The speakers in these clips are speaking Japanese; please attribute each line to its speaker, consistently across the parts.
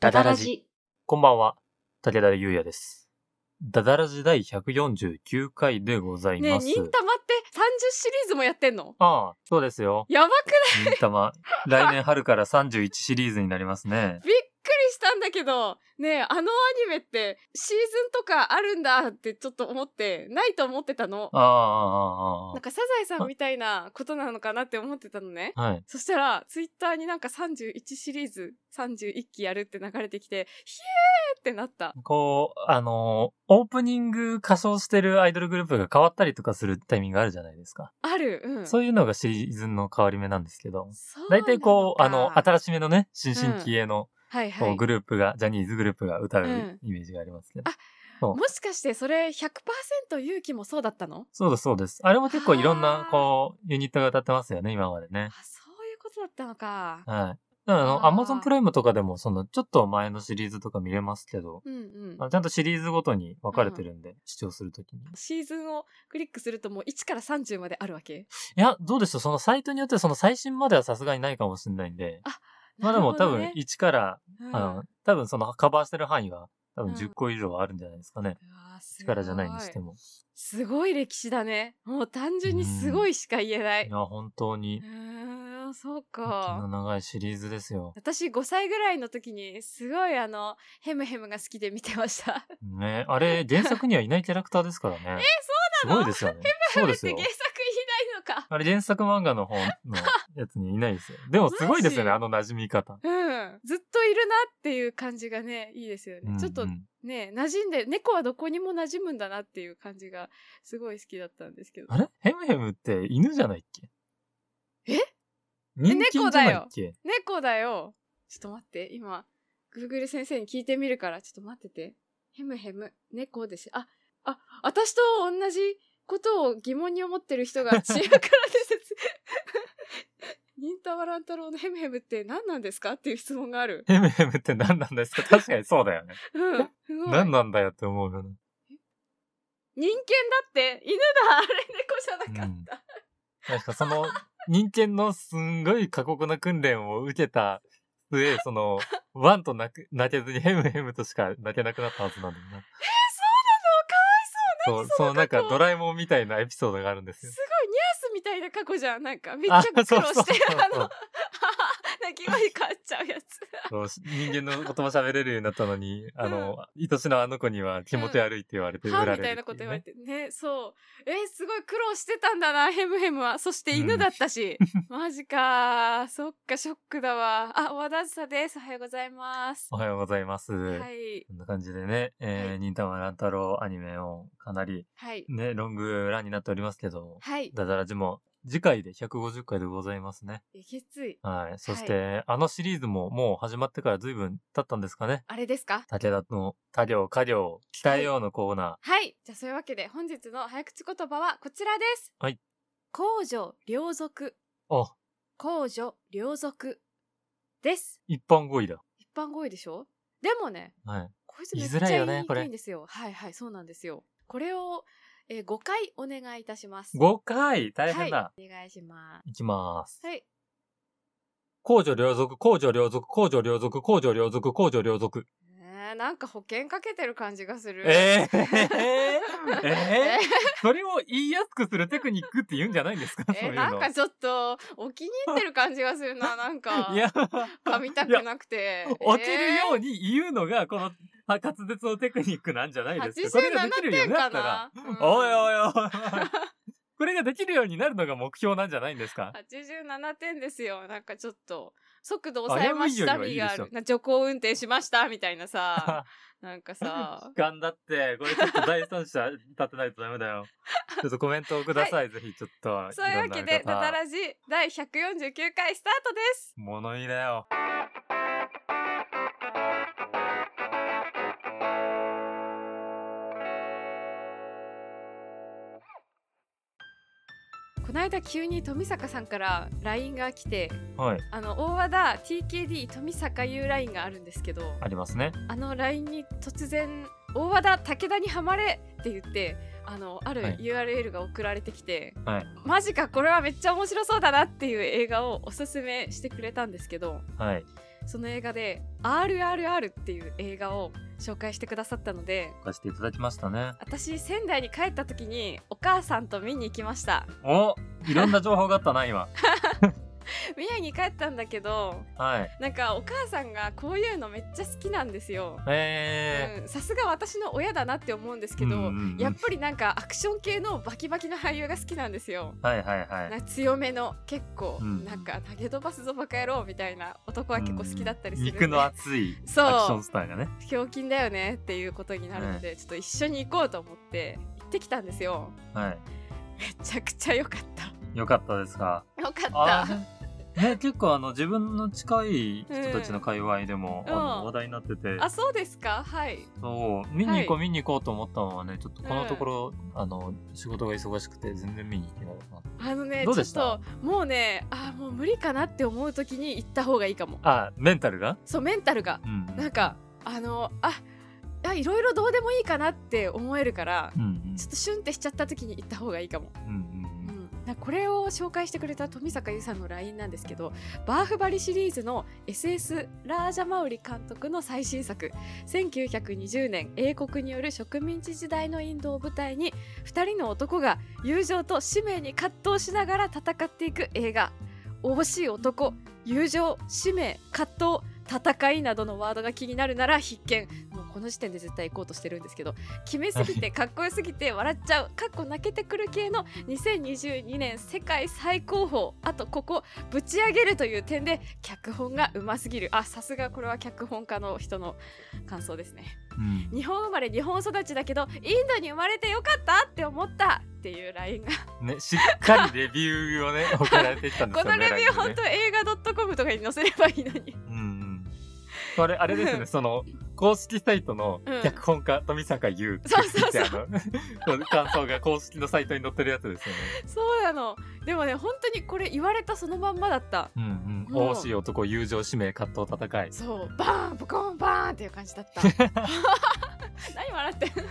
Speaker 1: ダダラジ。
Speaker 2: こんばんは、武田優也です。ダダラジ第149回でござい
Speaker 1: ねえ、
Speaker 2: ます。
Speaker 1: 忍たまって30シリーズもやってんの
Speaker 2: ああ、そうですよ。
Speaker 1: やばくない
Speaker 2: 忍たま。来年春から31シリーズになりますね。
Speaker 1: びっくりしたんだけど、ねえ、あのアニメってシーズンとかあるんだってちょっと思って、ないと思ってたの。
Speaker 2: ああ、ああ
Speaker 1: なんかサザエさんみたいなことなのかなって思ってたのね。
Speaker 2: ああ、ああ。はい。
Speaker 1: そしたら、ツイッターになんか31シリーズ、31期やるって流れてきて、ひえーってなった。
Speaker 2: こう、あのーオープニング歌唱してるアイドルグループが変わったりとかするタイミングあるじゃないですか。
Speaker 1: ある。うん。
Speaker 2: そういうのがシリーズンの変わり目なんですけど。
Speaker 1: そう
Speaker 2: 大体こう、あ
Speaker 1: なの
Speaker 2: の、
Speaker 1: か
Speaker 2: 新しめのね、新進気鋭の、
Speaker 1: はいは
Speaker 2: こう
Speaker 1: い。
Speaker 2: グループが、ジャニーズグループが歌う
Speaker 1: うん
Speaker 2: イメージがありますけど。
Speaker 1: もしかしてそれ100%勇気もそうだったの
Speaker 2: そうです、そうです。あれも結構いろんな
Speaker 1: あー、
Speaker 2: こう、ユニットが歌ってますよね、今までね
Speaker 1: あ。そういうことだったのか。
Speaker 2: はい。だからあの、ア
Speaker 1: あー
Speaker 2: マゾンプライムとかでも、その、ちょっと前のシリーズとか見れますけど、
Speaker 1: うんうん
Speaker 2: あ。のちゃんとシリーズごとに分かれてるんで、視聴するときに。い
Speaker 1: シーズンをクリックするともう1から30まであるわけ
Speaker 2: や、どうでしょうそのサイトによってはその最新まではさすがにないかもしれないんで、
Speaker 1: あ
Speaker 2: まあでも
Speaker 1: な
Speaker 2: 多
Speaker 1: るほど
Speaker 2: 分
Speaker 1: ね
Speaker 2: 1から、
Speaker 1: うん
Speaker 2: あの、多分そのカバーしてる範囲は、多
Speaker 1: う
Speaker 2: 分
Speaker 1: ん
Speaker 2: 10個以上はあるんじゃないですかね。
Speaker 1: うわすご
Speaker 2: 力じゃないにしても。
Speaker 1: すごい歴史だねもう単純にすごいしか言えない
Speaker 2: いや、本当に
Speaker 1: う、ーんそう
Speaker 2: 本当
Speaker 1: か
Speaker 2: の長いシリーズですよ。
Speaker 1: 私5歳ぐらいの時にすごいあのヘムヘムが好きで見てました
Speaker 2: ね、あれ、原作にはいないキャラクターで すからね。え、
Speaker 1: そうなの
Speaker 2: すごいですよね。そうで す
Speaker 1: で
Speaker 2: よ
Speaker 1: 原。作言いないのか
Speaker 2: あれ、原作漫画の本のやつにいないで すよ。でも、すごいですよね、
Speaker 1: マジ
Speaker 2: あの馴染み方。
Speaker 1: うんずっといるなっていう感じがねいいですよね、ちょっと
Speaker 2: うんうん
Speaker 1: ね馴染んで猫はどこにも馴染むんだなっていう感じがすごい好きだったんですけど
Speaker 2: あれヘムヘムって犬じゃないっけ
Speaker 1: え
Speaker 2: 人間じゃないっけ
Speaker 1: 猫だよちょっと待って今グーグル先生に聞いてみるからちょっと待っててヘムヘム猫ですああ私と同じことを疑問に思ってる人 が知恵からです 忍たま乱太郎のヘムヘムって何なんですかっていう質問がある
Speaker 2: ヘムヘムって何なんですか確かにそうだよね。
Speaker 1: うんすごい人間
Speaker 2: 何
Speaker 1: だ
Speaker 2: なんだよって思うよね。
Speaker 1: って犬だあれ猫じゃなかった、
Speaker 2: 確かその、人間のすんごい過酷な訓練を受けた 末、その、ワンと泣く泣けずにヘムヘムとしか泣けなくなったはずなんだよな。そう、そのなんかドラえもんみたいなエピソードがあるんですよ
Speaker 1: す。ごいニャースみたいな過去じゃんなんかめっちゃ苦労して
Speaker 2: あそうそうそうそう
Speaker 1: あの 泣き声変わっちゃうやつ
Speaker 2: そう人間の言葉喋れるようになったのに、あの、愛しのあの子には気持ち悪いって言われて、売
Speaker 1: は
Speaker 2: られる
Speaker 1: みたいう
Speaker 2: っていね
Speaker 1: なこと言われてねそうえーすごい苦労してたんだなヘムヘムはそして犬だった し、マジかそっかショックだわあ和田さですおはようございます
Speaker 2: おはようございます。
Speaker 1: はい
Speaker 2: こんな感じでね、えー
Speaker 1: はい
Speaker 2: 忍たま乱太郎アニメをかなり
Speaker 1: はい
Speaker 2: ね、ロングランになっておりますけど、
Speaker 1: はい
Speaker 2: ダダラジも次回で150回でございますね。
Speaker 1: えげつい
Speaker 2: はい。そして、あのシリーズももう始まってから随分経ったんですかね。
Speaker 1: あれですか
Speaker 2: 武田の他行、家業、鍛えようのコーナー。
Speaker 1: はいじゃあそういうわけで本日の早口言葉はこちらです
Speaker 2: はい
Speaker 1: 公女両族
Speaker 2: あ、
Speaker 1: 公女両族です
Speaker 2: 一般語彙だ。
Speaker 1: 一般語彙でしょでもね
Speaker 2: はい。
Speaker 1: こいつめっち
Speaker 2: 言いづらい
Speaker 1: ゃ
Speaker 2: よ
Speaker 1: 言い
Speaker 2: ね
Speaker 1: にくいんですよ。はいはい、そうなんですよ。これを、えー、5回お願いいたします。
Speaker 2: 5回大変だ。
Speaker 1: はい、お願いします。
Speaker 2: い、きまーす。
Speaker 1: はい。
Speaker 2: 公女両族、公女両族、公女両族、公女両族、公女両族。
Speaker 1: えー、なんか保険かけてる感じがする。
Speaker 2: え ー、えー、
Speaker 1: え
Speaker 2: えー、それを言いやすくするテクニックって言うんじゃないんですか
Speaker 1: ー
Speaker 2: そういうの。
Speaker 1: なんかちょっと、お気に入ってる感じがする な、なんか。
Speaker 2: いや、
Speaker 1: 噛みた
Speaker 2: いや
Speaker 1: くなくて。
Speaker 2: 落ちるよ
Speaker 1: う
Speaker 2: うに言うのが、このは滑舌のテクニックなんじゃないですか。これが
Speaker 1: 87
Speaker 2: できるよう
Speaker 1: 点
Speaker 2: にな
Speaker 1: か
Speaker 2: ったら、
Speaker 1: な。うん
Speaker 2: おいおいおいおい。これができるようになるのが目標なんじゃないんですか
Speaker 1: 87点ですよ。なんかちょっと、速度抑えました
Speaker 2: 危うい
Speaker 1: み
Speaker 2: より
Speaker 1: が
Speaker 2: はいい
Speaker 1: あ
Speaker 2: でしょ
Speaker 1: る。な徐行運転しましたみたいな さ。なんかさ
Speaker 2: 時。間だって、これちょっと第三者立てないとダメだよ。ちょっとコメントをください、ぜひ、ちょっと。
Speaker 1: そういうわけで、
Speaker 2: ろん
Speaker 1: ダ
Speaker 2: な方
Speaker 1: ダラジ第149回スタートです。
Speaker 2: 物言いだよ。
Speaker 1: この間急に富坂さんから LINE が来て、
Speaker 2: はい、
Speaker 1: あの、大和田 TKD 富坂いう LINE があるんですけど、
Speaker 2: ありますね。
Speaker 1: あの LINE に突然、大和田武田にハマれって言って、あの、ある
Speaker 2: はい
Speaker 1: URL が送られてきて、
Speaker 2: はい
Speaker 1: マジか、これはめっちゃ面白そうだなっていう映画をおすすめしてくれたんですけど、
Speaker 2: はい。
Speaker 1: その映画で「RRR」っていう映画を紹介してくださったので
Speaker 2: 貸していただきましたね。
Speaker 1: 私仙台に帰った時にお母さんと見に行きました
Speaker 2: おいろんな情報があった な、今。
Speaker 1: 宮城に帰ったんだけど
Speaker 2: はい。
Speaker 1: なんかお母さんがこういうのめっちゃ好きなんですよ
Speaker 2: え
Speaker 1: うんさすが私の親だなって思うんですけど、
Speaker 2: うんうんうん
Speaker 1: やっぱりなんかアクション系のバキバキの俳優が好きなんですよ。
Speaker 2: ー。はいはいは。
Speaker 1: ない強めの結構、
Speaker 2: うん
Speaker 1: なんか投げ飛ばすぞバカ野郎みたいな男は結構好きだったりするんで
Speaker 2: 肉の熱いアクシ
Speaker 1: そう
Speaker 2: ョンスターがね。
Speaker 1: ひょうきんだよねっていうことになるので、ちょっと一緒に行こうと思って行ってきたんですよ
Speaker 2: は
Speaker 1: めちゃくちゃ良かった
Speaker 2: い。よかったで すか。
Speaker 1: 良か
Speaker 2: あ
Speaker 1: っ
Speaker 2: ーね、結構あの自分の近い人たちの界隈でも、
Speaker 1: うんう
Speaker 2: あの
Speaker 1: ん
Speaker 2: 話題になってて
Speaker 1: たあそうですかはい
Speaker 2: そう見に行こう、
Speaker 1: は
Speaker 2: 見に行こうと思ったのはねちょっとこのところ、あの仕事が忙しくて全然見に行けなかった
Speaker 1: あのねち
Speaker 2: ど
Speaker 1: ょ
Speaker 2: うで
Speaker 1: っ
Speaker 2: した
Speaker 1: ともうねあーもう無理かなって思う時に行った方がいいかも
Speaker 2: あメンタルが、
Speaker 1: そうメンタルが
Speaker 2: うん
Speaker 1: なんかあのああいろいろどうでもいいかなって思えるから
Speaker 2: うんうん
Speaker 1: ちょっとシュンってしちゃった時に行った方がいいかも、
Speaker 2: うん
Speaker 1: う
Speaker 2: うんうん
Speaker 1: ん、なんかこれを紹介してくれた富坂優さんの LINE なんですけどバーフバリシリーズの SS ラージャマウリ監督の最新作1920年英国による植民地時代のインドを舞台に2人の男が友情と使命に葛藤しながら戦っていく映画「惜しい男」「友情」「使命」「葛藤」「戦い」などのワードが気になるなら必見もうこの時点で絶対行こうとしてるんですけど決めすぎ てかっこよすぎて笑っちゃうかっこ泣けてくる系の2022年世界最高峰あとここぶち上げるという点で脚本がうますぎるあさすがこれは脚本家の人の感想ですね
Speaker 2: うん
Speaker 1: 日本生まれ日本育ちだけどインドに生まれてよかったって思ったっていう LINE が
Speaker 2: ね、しっかりレビュ ーをね送られてきたんです
Speaker 1: こ
Speaker 2: よね
Speaker 1: のレビュー
Speaker 2: ライブ
Speaker 1: 本
Speaker 2: ね
Speaker 1: 当映画 .com とかに載せればいいのに
Speaker 2: うんうんこれあれです
Speaker 1: う
Speaker 2: ね
Speaker 1: ん
Speaker 2: その公式サイトの
Speaker 1: うん
Speaker 2: 脚本家、富坂優って
Speaker 1: そうそうそう
Speaker 2: あの その感想が公式のサイトに載ってるやつですよね
Speaker 1: そうなのでもね本当にこれ言われたそのまんまだった
Speaker 2: うんうん
Speaker 1: もう
Speaker 2: 惜しい男友情使命葛藤戦い
Speaker 1: そうバーンボコンバーンっていう感じだった 何笑ってん
Speaker 2: い
Speaker 1: だか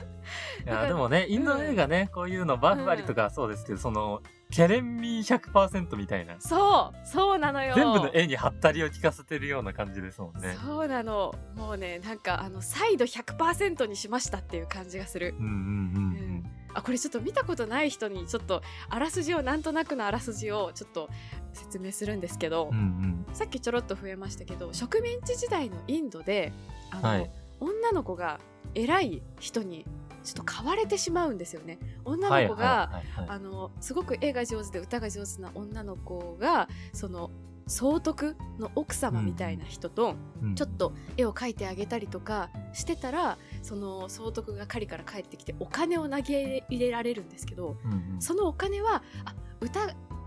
Speaker 2: や
Speaker 1: ら
Speaker 2: でもねインド映画ね、こういうのバフバリとかそうですけど、そのケレンミー100%みたいな
Speaker 1: そうそうなのよ
Speaker 2: 全部の絵にハったりを効かせてるような感じですもんね
Speaker 1: そうなのもうねなんかあの再度100%にしましたっていう感じがする
Speaker 2: うんうんうん
Speaker 1: あこれちょっと見たことない人にちょっとあらすじをなんとなくのあらすじをちょっと説明するんですけど、
Speaker 2: うんうんうん
Speaker 1: さっきちょろっと増えましたけど植民地時代のインドであの、
Speaker 2: はい
Speaker 1: 女の子が偉い人にちょっと買われてしまうんですよね。女の子が、
Speaker 2: はいはいはい
Speaker 1: あのすごく絵が上手で歌が上手な女の子がその総督の奥様みたいな人と
Speaker 2: うん
Speaker 1: ちょっと絵を描いてあげたりとかしてたらその総督が狩りから帰ってきてお金を投げ入れられるんですけど
Speaker 2: うんうん
Speaker 1: そのお金はあ歌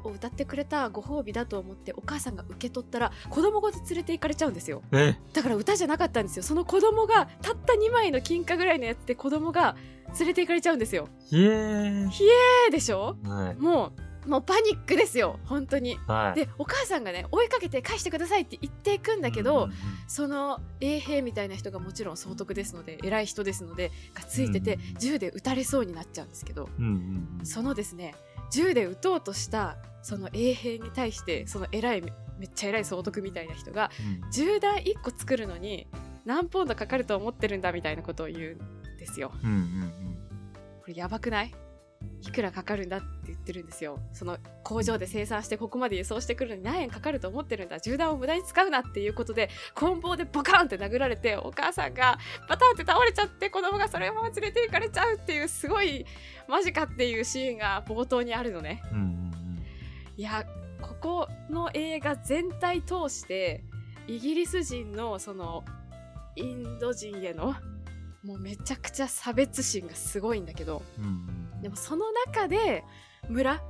Speaker 1: を歌ってくれたご褒美だと思ってお母さんが受け取ったら子供ごと連れて行かれちゃうんですよ
Speaker 2: え
Speaker 1: だから歌じゃなかったんですよその子供がたった2枚の金貨ぐらいのやつで子供が連れて行かれちゃうんですよ
Speaker 2: ひえー
Speaker 1: えーでしょ
Speaker 2: はい
Speaker 1: もうもうパニックですよ本当に
Speaker 2: はい
Speaker 1: でお母さんがね追いかけて返してくださいって言っていくんだけど、
Speaker 2: うんうん
Speaker 1: その衛兵みたいな人がもちろん総督ですので偉い人ですのでがついてて
Speaker 2: うん
Speaker 1: 銃で撃たれそうになっちゃうんですけど
Speaker 2: うんうんうん
Speaker 1: そのですね銃で撃とうとしたその衛兵に対してその偉いめっちゃ偉い総督みたいな人が銃弾1個作るのに何ポンドかかると思ってるんだみたいなことを言うんですよ。
Speaker 2: うんうん
Speaker 1: これやばくないいくらかかるんだって言ってるんですよその工場で生産してここまで輸送してくるのに何円かかると思ってるんだ銃弾を無駄に使うなっていうことで棍棒でボカンって殴られてお母さんがバタンって倒れちゃって子供がそれまま連れて行かれちゃうっていうすごいマジかっていうシーンが冒頭にあるのね
Speaker 2: うんうんうん
Speaker 1: いやここの映画全体通してイギリス人のそのインド人へのもうめちゃくちゃ差別心がすごいんだけど
Speaker 2: うんうん
Speaker 1: でもその中で村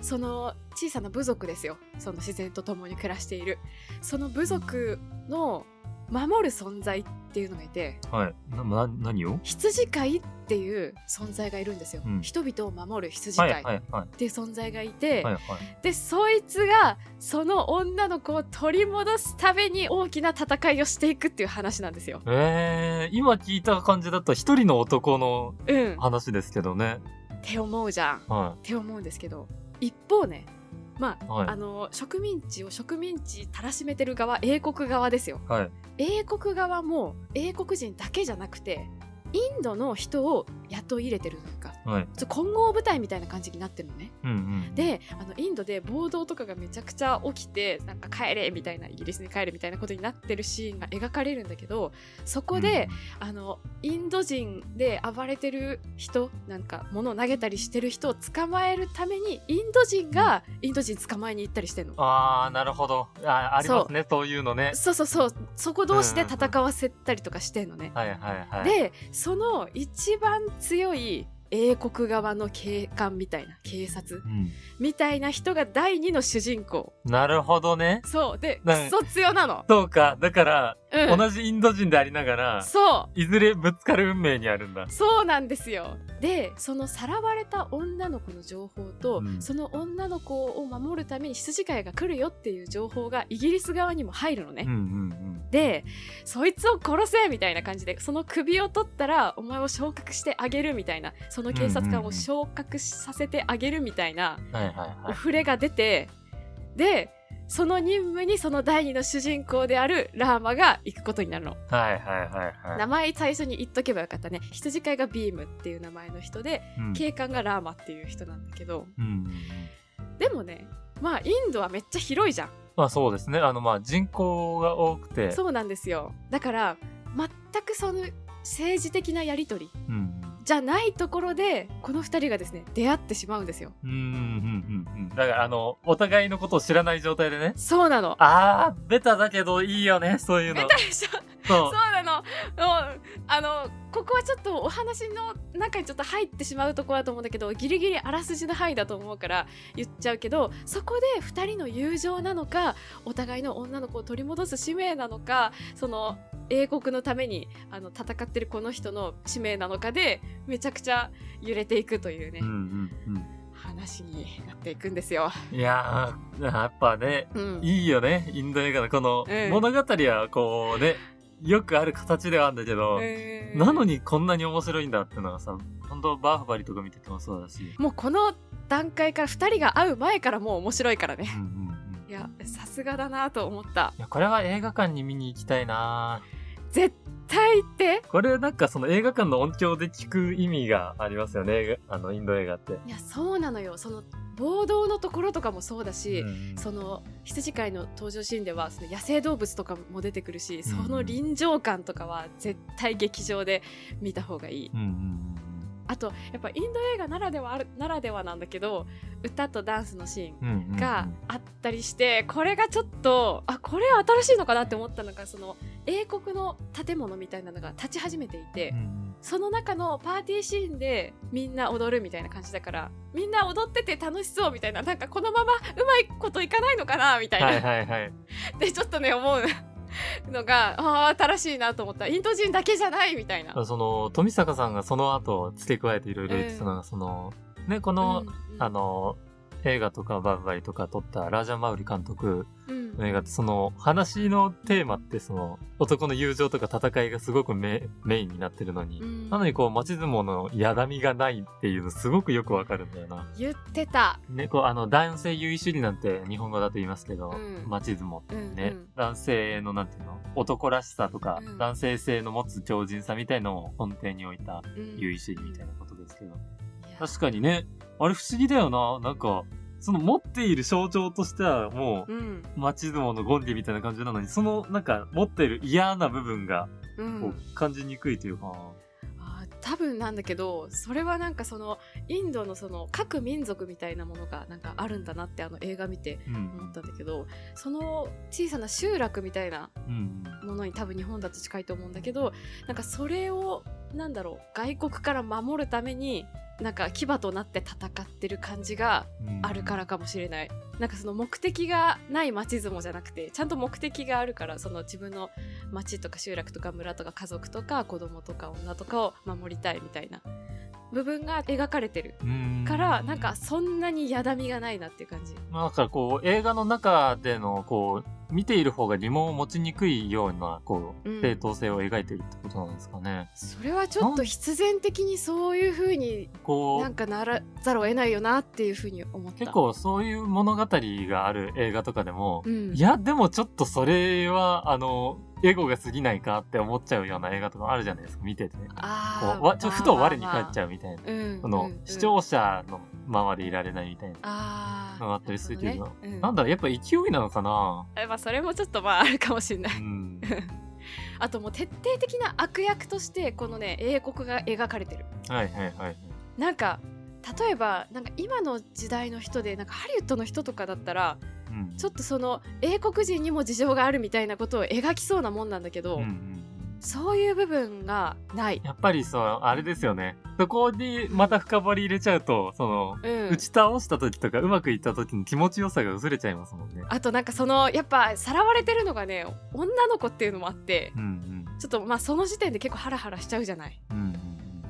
Speaker 1: その小さな部族ですよその自然と共に暮らしているその部族の守る存在っていうのがいて
Speaker 2: はいなな何を
Speaker 1: 羊飼いっていう存在がいるんですよ、
Speaker 2: うん
Speaker 1: 人々を守る羊
Speaker 2: は
Speaker 1: 飼
Speaker 2: い
Speaker 1: い
Speaker 2: はい
Speaker 1: っ
Speaker 2: はいは
Speaker 1: ていう存在がいて、
Speaker 2: いはい
Speaker 1: でそいつがその女の子を取り戻すために大きな戦いをしていくっていう話なんですよ。
Speaker 2: えー、今聞いた感じだと一人の男の
Speaker 1: うん、っ
Speaker 2: 話ですけどね
Speaker 1: て思うじゃん。
Speaker 2: は
Speaker 1: って思うんですけど一方ねまあ、
Speaker 2: はい
Speaker 1: あの植民地を植民地たらしめてる側英国側ですよ
Speaker 2: はい。
Speaker 1: 英国側も英国人だけじゃなくてインドの人を雇い入れてるというか
Speaker 2: はい。
Speaker 1: ちょ混合部隊みたいな感じになってるのね
Speaker 2: うんうん。
Speaker 1: であのインドで暴動とかがめちゃくちゃ起きてなんか帰れみたいなイギリスに帰れみたいなことになってるシーンが描かれるんだけどそこで、あのインド人で暴れてる人なんか物を投げたりしてる人を捕まえるためにインド人がインド人捕まえに行ったりしてんの。
Speaker 2: うん、ああ、なるほど。あありますね、そういうのね。
Speaker 1: そうそうそうそこ同士で戦わせたりとかしてんのね。
Speaker 2: はいはいはい。
Speaker 1: でその一番強い英国側の警官みたいな警察
Speaker 2: うん、
Speaker 1: みたいな人が第二の主人公
Speaker 2: なるほどね。
Speaker 1: そうで
Speaker 2: な
Speaker 1: クソ強なの、
Speaker 2: そうか。だから、
Speaker 1: うん、
Speaker 2: 同じインド人でありながら、
Speaker 1: そう
Speaker 2: いずれぶつかる運命にあるんだ。
Speaker 1: そうなんですよでそのさらわれた女の子の情報と、
Speaker 2: うん
Speaker 1: その女の子を守るために羊飼いが来るよっていう情報がイギリス側にも入るのね、
Speaker 2: うんうん
Speaker 1: でそいつを殺せみたいな感じでその首を取ったらお前を昇格してあげるみたいなその警察官を昇格させてあげるみたいな
Speaker 2: うん。はいはいは
Speaker 1: お
Speaker 2: い。
Speaker 1: 触れが出てでその任務にその第二の主人公であるラーマが行くことになるの。
Speaker 2: はいはいはいは
Speaker 1: 名前最初に言っとけばよかったね羊飼いがビームっていう名前の人で
Speaker 2: い。うん
Speaker 1: 警官がラーマっていう人なんだけど
Speaker 2: うんうんうん。
Speaker 1: でもねまあインドはめっちゃ広いじゃん
Speaker 2: まあそうですね。あのまあ人口が多くて。
Speaker 1: そうなんですよだから全くその政治的なやり取り
Speaker 2: うん
Speaker 1: じゃないところでこの2人がですね出会ってしまうんですよ
Speaker 2: うん。うんうんうんうん。だからあの、お互いのことを知らない状態でね。
Speaker 1: そうなの
Speaker 2: あー、ベタだけどいいよね、そういうの。
Speaker 1: ベタでしょ
Speaker 2: そ
Speaker 1: そうう。なのもうあのここはちょっとお話の中にちょっと入ってしまうところだと思うんだけどギリギリあらすじの範囲だと思うから言っちゃうけどそこで2人の友情なのかお互いの女の子を取り戻す使命なのかその英国のためにあの戦ってるこの人の使命なのかでめちゃくちゃ揺れていくというね、
Speaker 2: うんうん
Speaker 1: 話になっていくんですよ。
Speaker 2: うん。いやー、やっぱね、
Speaker 1: うん、
Speaker 2: いいよね、インド映画のこの
Speaker 1: うん
Speaker 2: 物語はこうね、よくある形ではあるんだけど、なの
Speaker 1: に
Speaker 2: にこんなに面白いんだってのはさ、本当バーフバリとか見ててもそうだし。
Speaker 1: もうこの段階から2人が会う前からもう面白いからね。
Speaker 2: うんうんうん。
Speaker 1: いやさすがだなと思った
Speaker 2: いや、これは映画館に見に行きたいな
Speaker 1: 絶対行って
Speaker 2: これなんかその映画館の音響で聞く意味がありますよね、映画あの、インド映画って。
Speaker 1: いやそうなのよその暴動のところとかもそうだし、
Speaker 2: うん
Speaker 1: その羊飼いの登場シーンではその野生動物とかも出てくるしその臨場感とかは絶対劇場で見た方がいい
Speaker 2: うんうん
Speaker 1: あとやっぱインド映画ならではあるならではなんだけど歌とダンスのシ
Speaker 2: うんうんうんうんう
Speaker 1: ーン
Speaker 2: ん
Speaker 1: があったりしてこれがちょっとあこれ新しいのかなって思ったのがその英国の建物みたいなのが立ち始めていて、
Speaker 2: うんうん
Speaker 1: その中のパーティーシーンでみんな踊るみたいな感じだからみんな踊ってて楽しそうみたいななんかこのままうまいこといかないのかなみたいな、
Speaker 2: はいはいはい。
Speaker 1: でちょっとね思う のがあー新しいなと思ったインド人だけじゃないみたいな。
Speaker 2: その、富坂さんがその後付け加えていろいろ言ってたのが、その、ね、この、
Speaker 1: うんうん
Speaker 2: あの、映画とかバーバリとか撮ったラージャン・マウリ監督
Speaker 1: うん
Speaker 2: の映画って、その話のテーマってその男の友情とか戦いがすごくメメインになってるのに、
Speaker 1: うん
Speaker 2: なのにこう町相撲のやだみがないっていうのすごくよくわかるんだよな。
Speaker 1: 言ってた、
Speaker 2: ね、こうあの男性優位主義なんて日本語だと言いますけど、
Speaker 1: うん
Speaker 2: 町相撲って
Speaker 1: うんうん
Speaker 2: ね、男性のなんていうの男らしさとか、
Speaker 1: うん
Speaker 2: 男性性の持つ強靭さみたいのを根底に置いた
Speaker 1: うん
Speaker 2: 優位主義みたいなことですけ
Speaker 1: い
Speaker 2: ど、
Speaker 1: や
Speaker 2: 確かにね、あれ不思議だよな。なんか、その持っている象徴としてはもう、
Speaker 1: うん
Speaker 2: 町相撲のゴンディみたいな感じなのに、そのなんか持っている嫌な部分が
Speaker 1: う
Speaker 2: こ
Speaker 1: ん、
Speaker 2: う感じにくいというか、
Speaker 1: あー多分なんだけどそれはなんかそのインドのその各民族みたいなものがなんかあるんだなってあの映画見て
Speaker 2: うん。
Speaker 1: 思ったんだけどその小さな集落みたいな
Speaker 2: うん。
Speaker 1: ものに多分日本だと近いと思うんだけどなんかそれをなんだろう外国から守るためになんか牙となって戦ってる感じが
Speaker 2: うん
Speaker 1: あるから。かもしれない、なんかその目的がない町相撲じゃなくてちゃんと目的があるからその自分の町とか集落とか村とか家族とか子供とか女とかを守りたいみたいな部分が描かれてる
Speaker 2: うん
Speaker 1: からなんか、そんなにやだみがないなっていう感じ。
Speaker 2: まあ、だからこう、映画の中でのこう、見ている方が疑問を持ちにくいような、こ
Speaker 1: うん
Speaker 2: う、正当性を描いているってことなんですかね。
Speaker 1: それはちょっと必然的にそういう風に
Speaker 2: こ
Speaker 1: なん
Speaker 2: う、
Speaker 1: かならざるを得ないよなっていう風に思った
Speaker 2: 結、構そういう物語がある映画とかでも
Speaker 1: う、ん、
Speaker 2: いや、でもちょっとそれは、あの、エゴが過ぎないかって思っちゃうような映画とかあるじゃないですか、見てて。こう
Speaker 1: あー
Speaker 2: わちょふと我に返っち
Speaker 1: ゃう、
Speaker 2: ゃうみたいな。
Speaker 1: うん
Speaker 2: そ
Speaker 1: うん
Speaker 2: の
Speaker 1: うん、
Speaker 2: 視聴者のままでいられないみたいな。
Speaker 1: あー
Speaker 2: のがあったりするけど
Speaker 1: なほねうん
Speaker 2: なんだろう、やっぱ勢いなのかな
Speaker 1: えまあ、それもちょっとまああるかもしれな
Speaker 2: う
Speaker 1: い
Speaker 2: ん。
Speaker 1: あともう徹底的な悪役としてこのね英国が描かれてる
Speaker 2: はいはいはいはい。
Speaker 1: なんか例えばなんか今の時代の人でなんかハリウッドの人とかだったら
Speaker 2: うん。
Speaker 1: ちょっとその英国人にも事情があるみたいなことを描きそうなもんなんだけど、
Speaker 2: うんうんうん
Speaker 1: そういう部分がない。
Speaker 2: やっぱりそう、あれですよね。そこにまた深掘り入れちゃうと、その、
Speaker 1: うん
Speaker 2: 打ち倒した時とかうまくいった時の気持ちよさが薄れちゃいますもんね。
Speaker 1: あとなんかそのやっぱさらわれてるのがね女の子っていうのもあって
Speaker 2: うん
Speaker 1: ちょっとまあその時点で結構ハラハラしちゃうじゃない
Speaker 2: うん。う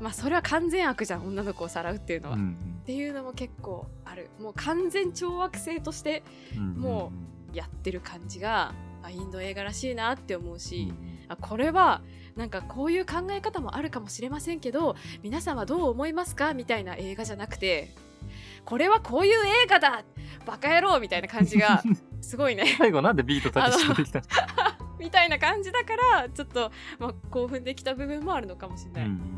Speaker 2: ん
Speaker 1: まあそれは完全悪じゃん女の子をさらうっていうの
Speaker 2: うん
Speaker 1: は、っ
Speaker 2: うん。
Speaker 1: ていうのも結構あるもう完全懲悪性として
Speaker 2: うん
Speaker 1: もやってる感じがあインド映画らしいなって思う
Speaker 2: う
Speaker 1: し、
Speaker 2: んうん
Speaker 1: あこれはなんかこういう考え方もあるかもしれませんけど皆さんはどう思いますかみたいな映画じゃなくてこれはこういう映画だバカ野郎みたいな感じ がすごいね
Speaker 2: 最後なんでビートたけし出てきたの
Speaker 1: みたいな感じだからちょっと、まあ、興奮できた部分もあるのかもしれ
Speaker 2: うん
Speaker 1: ない、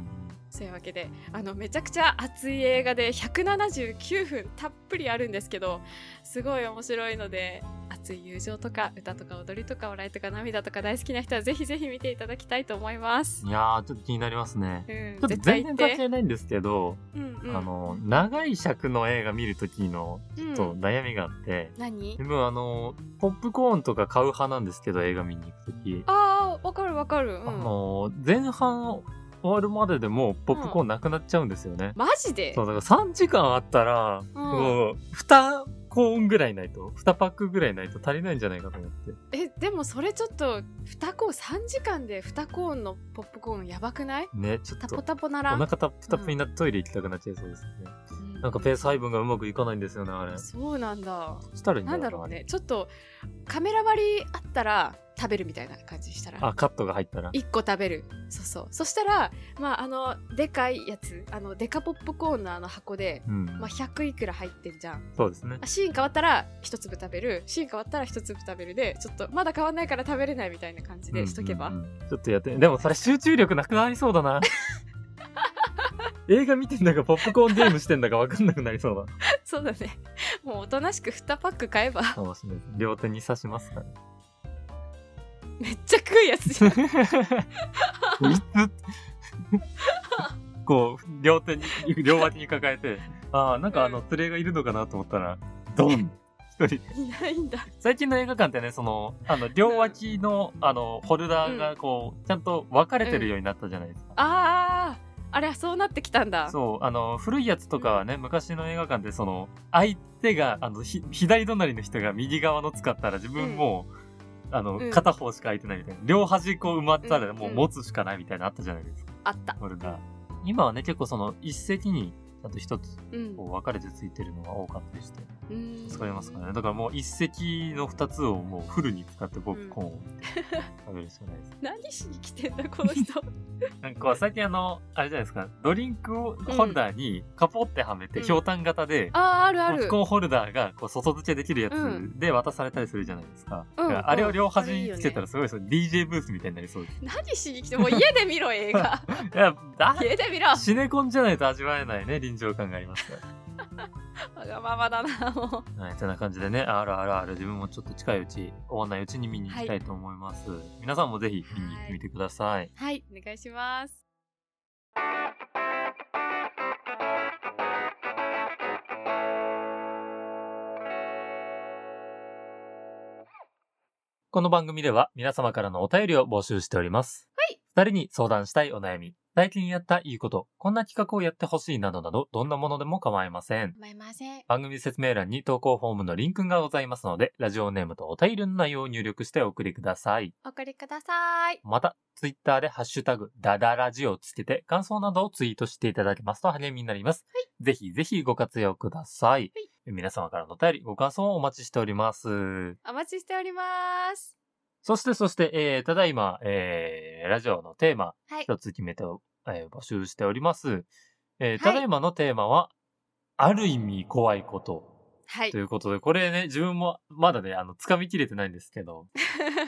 Speaker 1: そういうわけであのめちゃくちゃ熱い映画で179分たっぷりあるんですけどすごい面白いので熱い友情とか歌とか踊りとか笑いとか涙とか大好きな人はぜひぜひ見ていただきたいと思います
Speaker 2: うん。いやー、ちょっと気になりますね。
Speaker 1: うん
Speaker 2: ちょっと
Speaker 1: 絶対
Speaker 2: 全
Speaker 1: 行
Speaker 2: 然
Speaker 1: っ
Speaker 2: 関
Speaker 1: て
Speaker 2: 係ないんですけど、
Speaker 1: うんうん
Speaker 2: あの、長い尺の映画見るときの、
Speaker 1: うん
Speaker 2: ちょっと悩みがあって、
Speaker 1: 何
Speaker 2: 自分あの、ポップコーンとか買う派なんですけど、映画見に行くとき。
Speaker 1: あーわかるわかる、うん
Speaker 2: あの、前半終わるまででもうポップコーンなくなっちゃうんですよね。
Speaker 1: マジで
Speaker 2: そう、だから3時間あったら、もう、2コーンぐらいないと、2パックぐらいないと足りないんじゃないかと思って。
Speaker 1: えでもそれちょっと2コーン3時間で2コーンのポップコーンやばくない
Speaker 2: ね、ちょっ
Speaker 1: タ
Speaker 2: と
Speaker 1: ポ。タポな
Speaker 2: お
Speaker 1: らん、
Speaker 2: 腹タップタップになってトイレ行きたくなっちゃいそうですね。
Speaker 1: うん
Speaker 2: なんかペース配分がうまくいかないんですよね、あれ。そ
Speaker 1: そうなんだ
Speaker 2: したらいいん
Speaker 1: なんだ
Speaker 2: だ
Speaker 1: ろ
Speaker 2: ろ
Speaker 1: う
Speaker 2: う
Speaker 1: ねちょっとカメラ割りあったら食べるみたいな感じにしたら
Speaker 2: あ、カットが入ったら。
Speaker 1: 1個食べるそうそうそしたらまああのでかいやつあのデカポップコーンのあの箱で、
Speaker 2: うん。
Speaker 1: まあ、100いくら入ってんじゃん
Speaker 2: そうですね。
Speaker 1: シーン変わったら一粒食べるシーン変わったら一粒食べるでちょっとまだ変わんないから食べれないみたいな感じでしとけば、
Speaker 2: うんうんうんちょっとやってでもそれ集中力なくなりそう だな映画見てんだかポップコーンゲームしてんだか分かんなくなりそうだ
Speaker 1: そうだねもうおとなしく2パック買えば
Speaker 2: かもしれないです両手に刺しますから
Speaker 1: めっちゃ食うやつじゃん
Speaker 2: 三つ こう両手に両脇に抱え てああなんかあの連れがいるのかなと思ったらドン一人
Speaker 1: いないんだ
Speaker 2: 最近の映画館ってねそのあの両脇のあのホルダーがこうちゃんと分かれてるようになったじゃないですか、
Speaker 1: あーあれそうなってきたんだ
Speaker 2: そう、あの、古いやつとかはね、昔の映画館で、その、相手が、あの、ひ左隣の人が右側の使ったら、自分もう、あの、
Speaker 1: うん
Speaker 2: 片方しか空いてないみたいな。両端こう埋まった
Speaker 1: う
Speaker 2: ら、
Speaker 1: ん
Speaker 2: もう
Speaker 1: うん
Speaker 2: 持つしかないみたいなのあったじゃないですか、
Speaker 1: あった
Speaker 2: これが。今はね、結構その、一席に、あと一つ、
Speaker 1: うん
Speaker 2: こう、分かれてついてるのが多かったりして、
Speaker 1: うん
Speaker 2: 使えますからね。だからもう、一席の二つをもうフルに使って、ポップコーンを食べるしかないです。
Speaker 1: 何しに来てんだこの人
Speaker 2: なんか最近あの、あれじゃないですか、ドリンクをホルダーにカポってはめて、
Speaker 1: うん
Speaker 2: ひょうたん型で、
Speaker 1: あああるあ
Speaker 2: ポッ
Speaker 1: る
Speaker 2: プコーンホルダーがこう外付けできるや
Speaker 1: う
Speaker 2: つで渡されたりするじゃないですか。
Speaker 1: うん
Speaker 2: だからあれを両端
Speaker 1: うんあれいい
Speaker 2: に
Speaker 1: よね
Speaker 2: つけたらすごいそう DJ ブースみたいにな りそうです。
Speaker 1: 何しに来てもう家で見ろ映画
Speaker 2: いや、だ
Speaker 1: 家で見ろ
Speaker 2: シネコンじゃないと味わえないね、臨場感がありますか
Speaker 1: わがままだなも
Speaker 2: ら。はい、そんな感じでね、あらあらあら、自分もちょっと近いうち、終わんないうちに見に行きたいと思います。皆さんもぜひ見に行ってみてください。
Speaker 1: うはいお願いします
Speaker 2: この番組では皆様からのお便りを募集しております。
Speaker 1: はい。
Speaker 2: 二人に相談したいお悩み、最近やったいいこと、こんな企画をやってほしいなどなど、どんなものでも構いません。
Speaker 1: 構いません
Speaker 2: 番組説明欄に投稿フォームのリンクがございますので、ラジオネームとお便りの内容を入力してお送りください。
Speaker 1: お送りください
Speaker 2: また、ツイッターでハッシュタグ、ダダラジオをつけて、感想などをツイートしていただけますと励みになります。ぜひぜひご活用ください。皆様からのお便り、ご感想をお待ちしております。
Speaker 1: お待ちしております。
Speaker 2: そして、そして、えーただいま、えーラジオのテーマ、
Speaker 1: はい。
Speaker 2: 一つ決めて、えー募集しております。えー
Speaker 1: い
Speaker 2: ただいまのテーマは、ある意味怖いこと。
Speaker 1: はい
Speaker 2: と。いうことで、これね、自分もまだね、あの、掴みきれてないんですけ ど、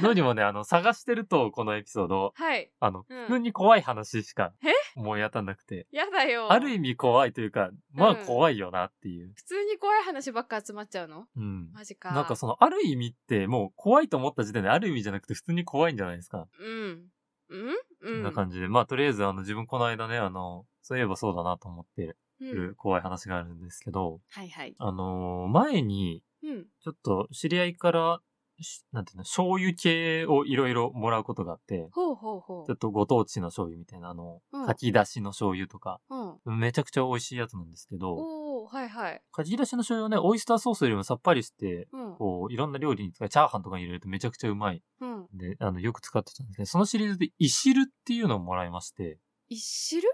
Speaker 2: どうにもね、あの、探してると、このエピソード、
Speaker 1: はい。
Speaker 2: あの、
Speaker 1: うん
Speaker 2: 普通に怖い話しか思い当たんなくて、
Speaker 1: やだよ。
Speaker 2: ある意味怖いというか、まあ
Speaker 1: うん
Speaker 2: 怖いよなっていう。
Speaker 1: 普通に怖い話ばっか集まっちゃうの
Speaker 2: うん。
Speaker 1: マジか。
Speaker 2: なんかその、ある意味って、もう怖いと思った時点である意味じゃなくて普通に怖いんじゃないですか。
Speaker 1: うん。うん
Speaker 2: そ
Speaker 1: うんん。
Speaker 2: な感じで。まあとりあえず、あの、自分この間ね、あの、そういえばそうだなと思って
Speaker 1: う
Speaker 2: る
Speaker 1: ん。
Speaker 2: 怖い話があるんですけど、
Speaker 1: はいはい。
Speaker 2: あのー前に、
Speaker 1: うん。
Speaker 2: ちょっと知り合いから、しなんていうの、醤油系をいろいろもらうことがあって、
Speaker 1: ほうほうほ
Speaker 2: ちょっとご当地の醤油みたいな、あの、
Speaker 1: うん
Speaker 2: 炊き出しの醤油とか、
Speaker 1: う。うん。
Speaker 2: めちゃくちゃ美味しいやつなんですけど、
Speaker 1: おおはいはい。
Speaker 2: かき出しの醤油はね、オイスターソースよりもさっぱりして、
Speaker 1: うん。
Speaker 2: こう、いろんな料理に使う、チャーハンとかに入れるとめちゃくちゃうまい
Speaker 1: うん。
Speaker 2: んで、あの、よく使ってたんですね。そのシリーズで、イシルっていうのをもらいまして、
Speaker 1: 一知る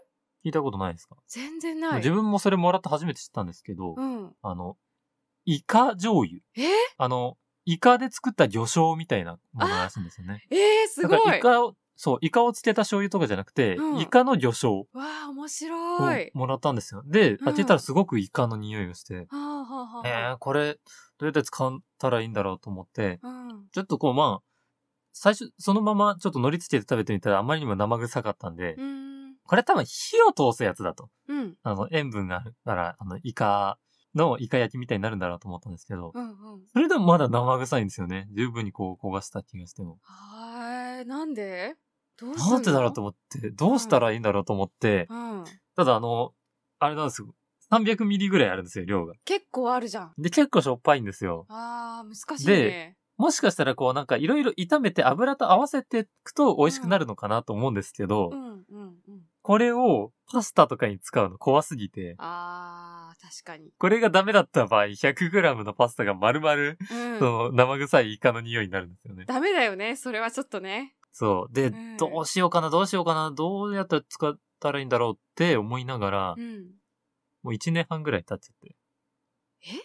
Speaker 2: 聞いたことないですか、
Speaker 1: 全然ない。
Speaker 2: 自分もそれもらって初めて知ったんですけど、
Speaker 1: うん。
Speaker 2: あの、イカ醤油。
Speaker 1: えー
Speaker 2: あの、イカで作った魚醤みたいなものらしいんですよね。
Speaker 1: えー、すご
Speaker 2: だからイ
Speaker 1: い。わ
Speaker 2: カを、そう、イカをつけた醤油とかじゃなくて、
Speaker 1: うん
Speaker 2: イカの魚醤
Speaker 1: あ、面
Speaker 2: を
Speaker 1: 白い。
Speaker 2: もらったんですよ。で、
Speaker 1: うん
Speaker 2: 開けたらすごくイカの匂いがして、
Speaker 1: はあはあはあ。
Speaker 2: えー、これ、どうやって使ったらいいんだろうと思って、
Speaker 1: うん。
Speaker 2: ちょっとこう、まあ、最初、そのままちょっと乗りつけて食べてみたらあまりにも生臭かったんで、
Speaker 1: うん。
Speaker 2: これ多分火を通すやつだと。
Speaker 1: うん。
Speaker 2: あの、塩分があるから、あの、イカのイカ焼きみたいになるんだろうと思ったんですけど、
Speaker 1: うんうん。
Speaker 2: それでもまだ生臭いんですよね。十分にこう焦がした気がしても。
Speaker 1: はーい。なんでどうしたの
Speaker 2: なんでだろうと思って、どうしたらいいんだろうと思って、
Speaker 1: うん。
Speaker 2: ただあの、あれなんですよ。300ミリぐらいあるんですよ、量が。
Speaker 1: 結構あるじゃん。
Speaker 2: で、結構しょっぱいんですよ。
Speaker 1: ああ、難しい
Speaker 2: で
Speaker 1: ね。
Speaker 2: もしかしたらこうなんかいろいろ炒めて油と合わせていくと美味しくなるのかなと思うんですけど、
Speaker 1: うんうんうん。
Speaker 2: これをパスタとかに使うの怖すぎて、
Speaker 1: ああ、確かに。
Speaker 2: これがダメだった場合 100g のパスタが丸々、
Speaker 1: うん
Speaker 2: そ。の生臭いイカの匂いになるんですよね。
Speaker 1: ダメだよね。それはちょっとね。
Speaker 2: そう。で、
Speaker 1: うん
Speaker 2: どうしようかな、どうしようかな、どうやったら使ったらいいんだろうって思いながら、
Speaker 1: うん。
Speaker 2: もう1年半ぐらい経っちゃって。
Speaker 1: え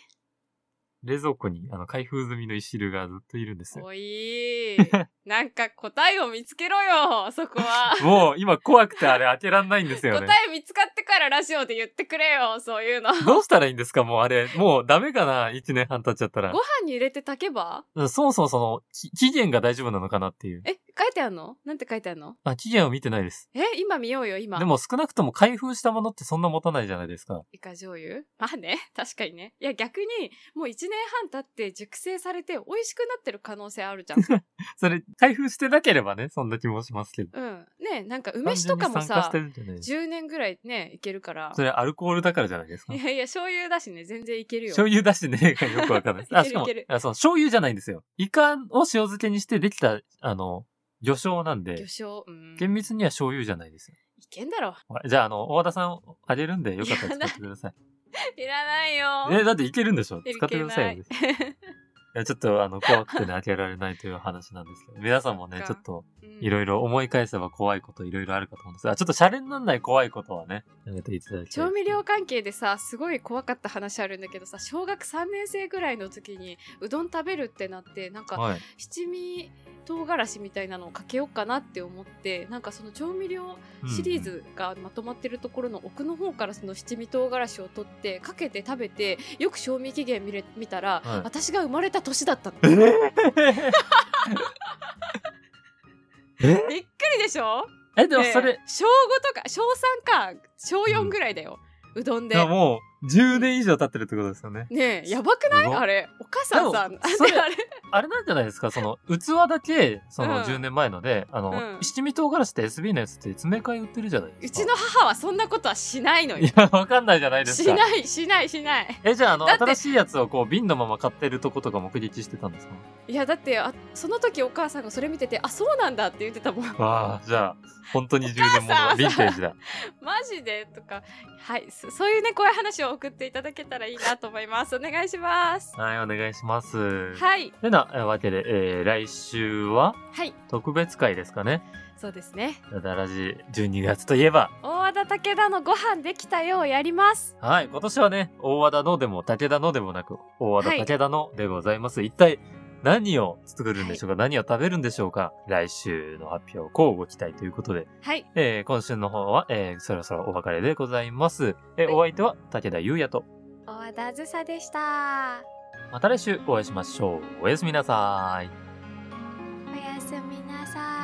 Speaker 2: 冷蔵庫にあの開封済みの石汁がずっといるんですよ。
Speaker 1: おい なんか答えを見つけろよ、そこは。
Speaker 2: もう今怖くてあれ開けらんないんですよ
Speaker 1: 答
Speaker 2: ね。
Speaker 1: え見つかってからラジオで言ってくれよ、そういうの。
Speaker 2: どうしたらいいんですかもうあれ、もうダメかな ?1 年半経っちゃったら
Speaker 1: ご。飯に入れて炊けば
Speaker 2: うんそもそもその、き期限が大丈夫なのかなっていう。
Speaker 1: え、書いてあんのなんて書いてあんの
Speaker 2: あ、期限を見てないです。
Speaker 1: え、今見ようよ、今。
Speaker 2: でも少なくとも開封したものってそんな持たないじゃないですか。
Speaker 1: イカ醤油まあね、確かにね。いや、逆に、もう1年半経って熟成されて美味しくなってる可能性ある じゃん。
Speaker 2: それ、開封してなければね、そんな気もしますけど。
Speaker 1: うん。ねなんか梅酒とかも
Speaker 2: 単純に酸化し
Speaker 1: さ
Speaker 2: て、るんじゃないですか
Speaker 1: 10年ぐらいね、いけるから
Speaker 2: そ。れアルコールだからじゃないですか
Speaker 1: い。やいや、醤油だしね、全然いけるよ。
Speaker 2: 醤油だしね、がよくわかんないです。あ、
Speaker 1: いける
Speaker 2: しかも
Speaker 1: いける、
Speaker 2: あそう、醤油じゃないんですよ。イカを塩漬けにしてできた、あの、魚醤なんで
Speaker 1: 魚、醤、うん。
Speaker 2: 厳密には醤油じゃないですよ。
Speaker 1: いけんだろ。
Speaker 2: じゃあ、あの、大和田さんあげるんで、よかったら使ってください。
Speaker 1: いらないよ。
Speaker 2: え、だっていけるんでしょ使ってくださいよ。
Speaker 1: い
Speaker 2: いや、ちょっと、あの、怖くてね、開けられないという話なんですけど、皆さんもね、ち
Speaker 1: そっ
Speaker 2: ょ
Speaker 1: か
Speaker 2: っと、い
Speaker 1: いい
Speaker 2: ろ
Speaker 1: ろ。
Speaker 2: いろ思い返せば怖いこといろいろあるかと思うんですが、ちょっとシャレになんない怖いことはね、やめていただきたい
Speaker 1: 調。味料関係でさ、すごい怖かった話あるんだけどさ、小学3年生ぐらいの時にうどん食べるってなって、なんか
Speaker 2: はい。
Speaker 1: 七味唐辛子みたいなのをかけようかなって思って、なんかその調味料
Speaker 2: うん
Speaker 1: シリー。ズがまとまってるところの奥の方からその七味唐辛子を取ってかけて食べてよく賞味期限見れ見たら、
Speaker 2: はい
Speaker 1: 私が生まれた年だったの
Speaker 2: え
Speaker 1: びっく
Speaker 2: え
Speaker 1: りでしょ
Speaker 2: え、でも
Speaker 1: ねえ
Speaker 2: それ、
Speaker 1: 小5とか小3か小4ぐらいだよ、うどんで
Speaker 2: だからもう、10年以上経ってるってことですよね。
Speaker 1: ねえやばくな
Speaker 2: す
Speaker 1: い
Speaker 2: ごい
Speaker 1: あれお母さんさん
Speaker 2: でも
Speaker 1: あ
Speaker 2: それ
Speaker 1: であれ
Speaker 2: あれなんじゃないですかその、器だけ、その
Speaker 1: うん
Speaker 2: 10年前ので、あの、
Speaker 1: うん
Speaker 2: 七味唐辛子って SB のやつって詰め替え売ってるじゃないうですか。
Speaker 1: ちの母はそんなことはしないのよ
Speaker 2: いや、わかんないじゃないです
Speaker 1: し
Speaker 2: か。
Speaker 1: ないしないしない
Speaker 2: え、じゃあ、あの、
Speaker 1: だって
Speaker 2: 新しいやつをこう、瓶のまま買ってるとことか目撃してたんですか
Speaker 1: いやだってあその時お母さんがそれ見ててあそうなんだって言ってたもん
Speaker 2: わあ、じゃあ、本当に10年も
Speaker 1: お母さ
Speaker 2: のの
Speaker 1: ん
Speaker 2: ヴィンテージだ。
Speaker 1: マジでとか、はい、そそういうね、こういう話を送っていただけたらいいなと思います。お願いします。
Speaker 2: はい、お願いします。
Speaker 1: はい、
Speaker 2: てなえわけで、えー来週は
Speaker 1: はい、
Speaker 2: 特別会ですかね。
Speaker 1: そうですね。
Speaker 2: ダダラジ12月といえば、
Speaker 1: 大和田武田のご飯できたようやります。
Speaker 2: はい、今年はね、大和田のでも武田のでもなく、大和田
Speaker 1: はい
Speaker 2: 武田のでございます。一体何を作るんでしょうか、何を食べるんでしょうか来週の発表、こうご期待ということで、
Speaker 1: はい。
Speaker 2: えー今週の方は、えーそろそろお別れでございます。えー
Speaker 1: はい
Speaker 2: お相手は武田優也と、
Speaker 1: 大和田あずさでした。
Speaker 2: また来週お会いしましょう。おやすみなさい。
Speaker 1: おやすみなさい。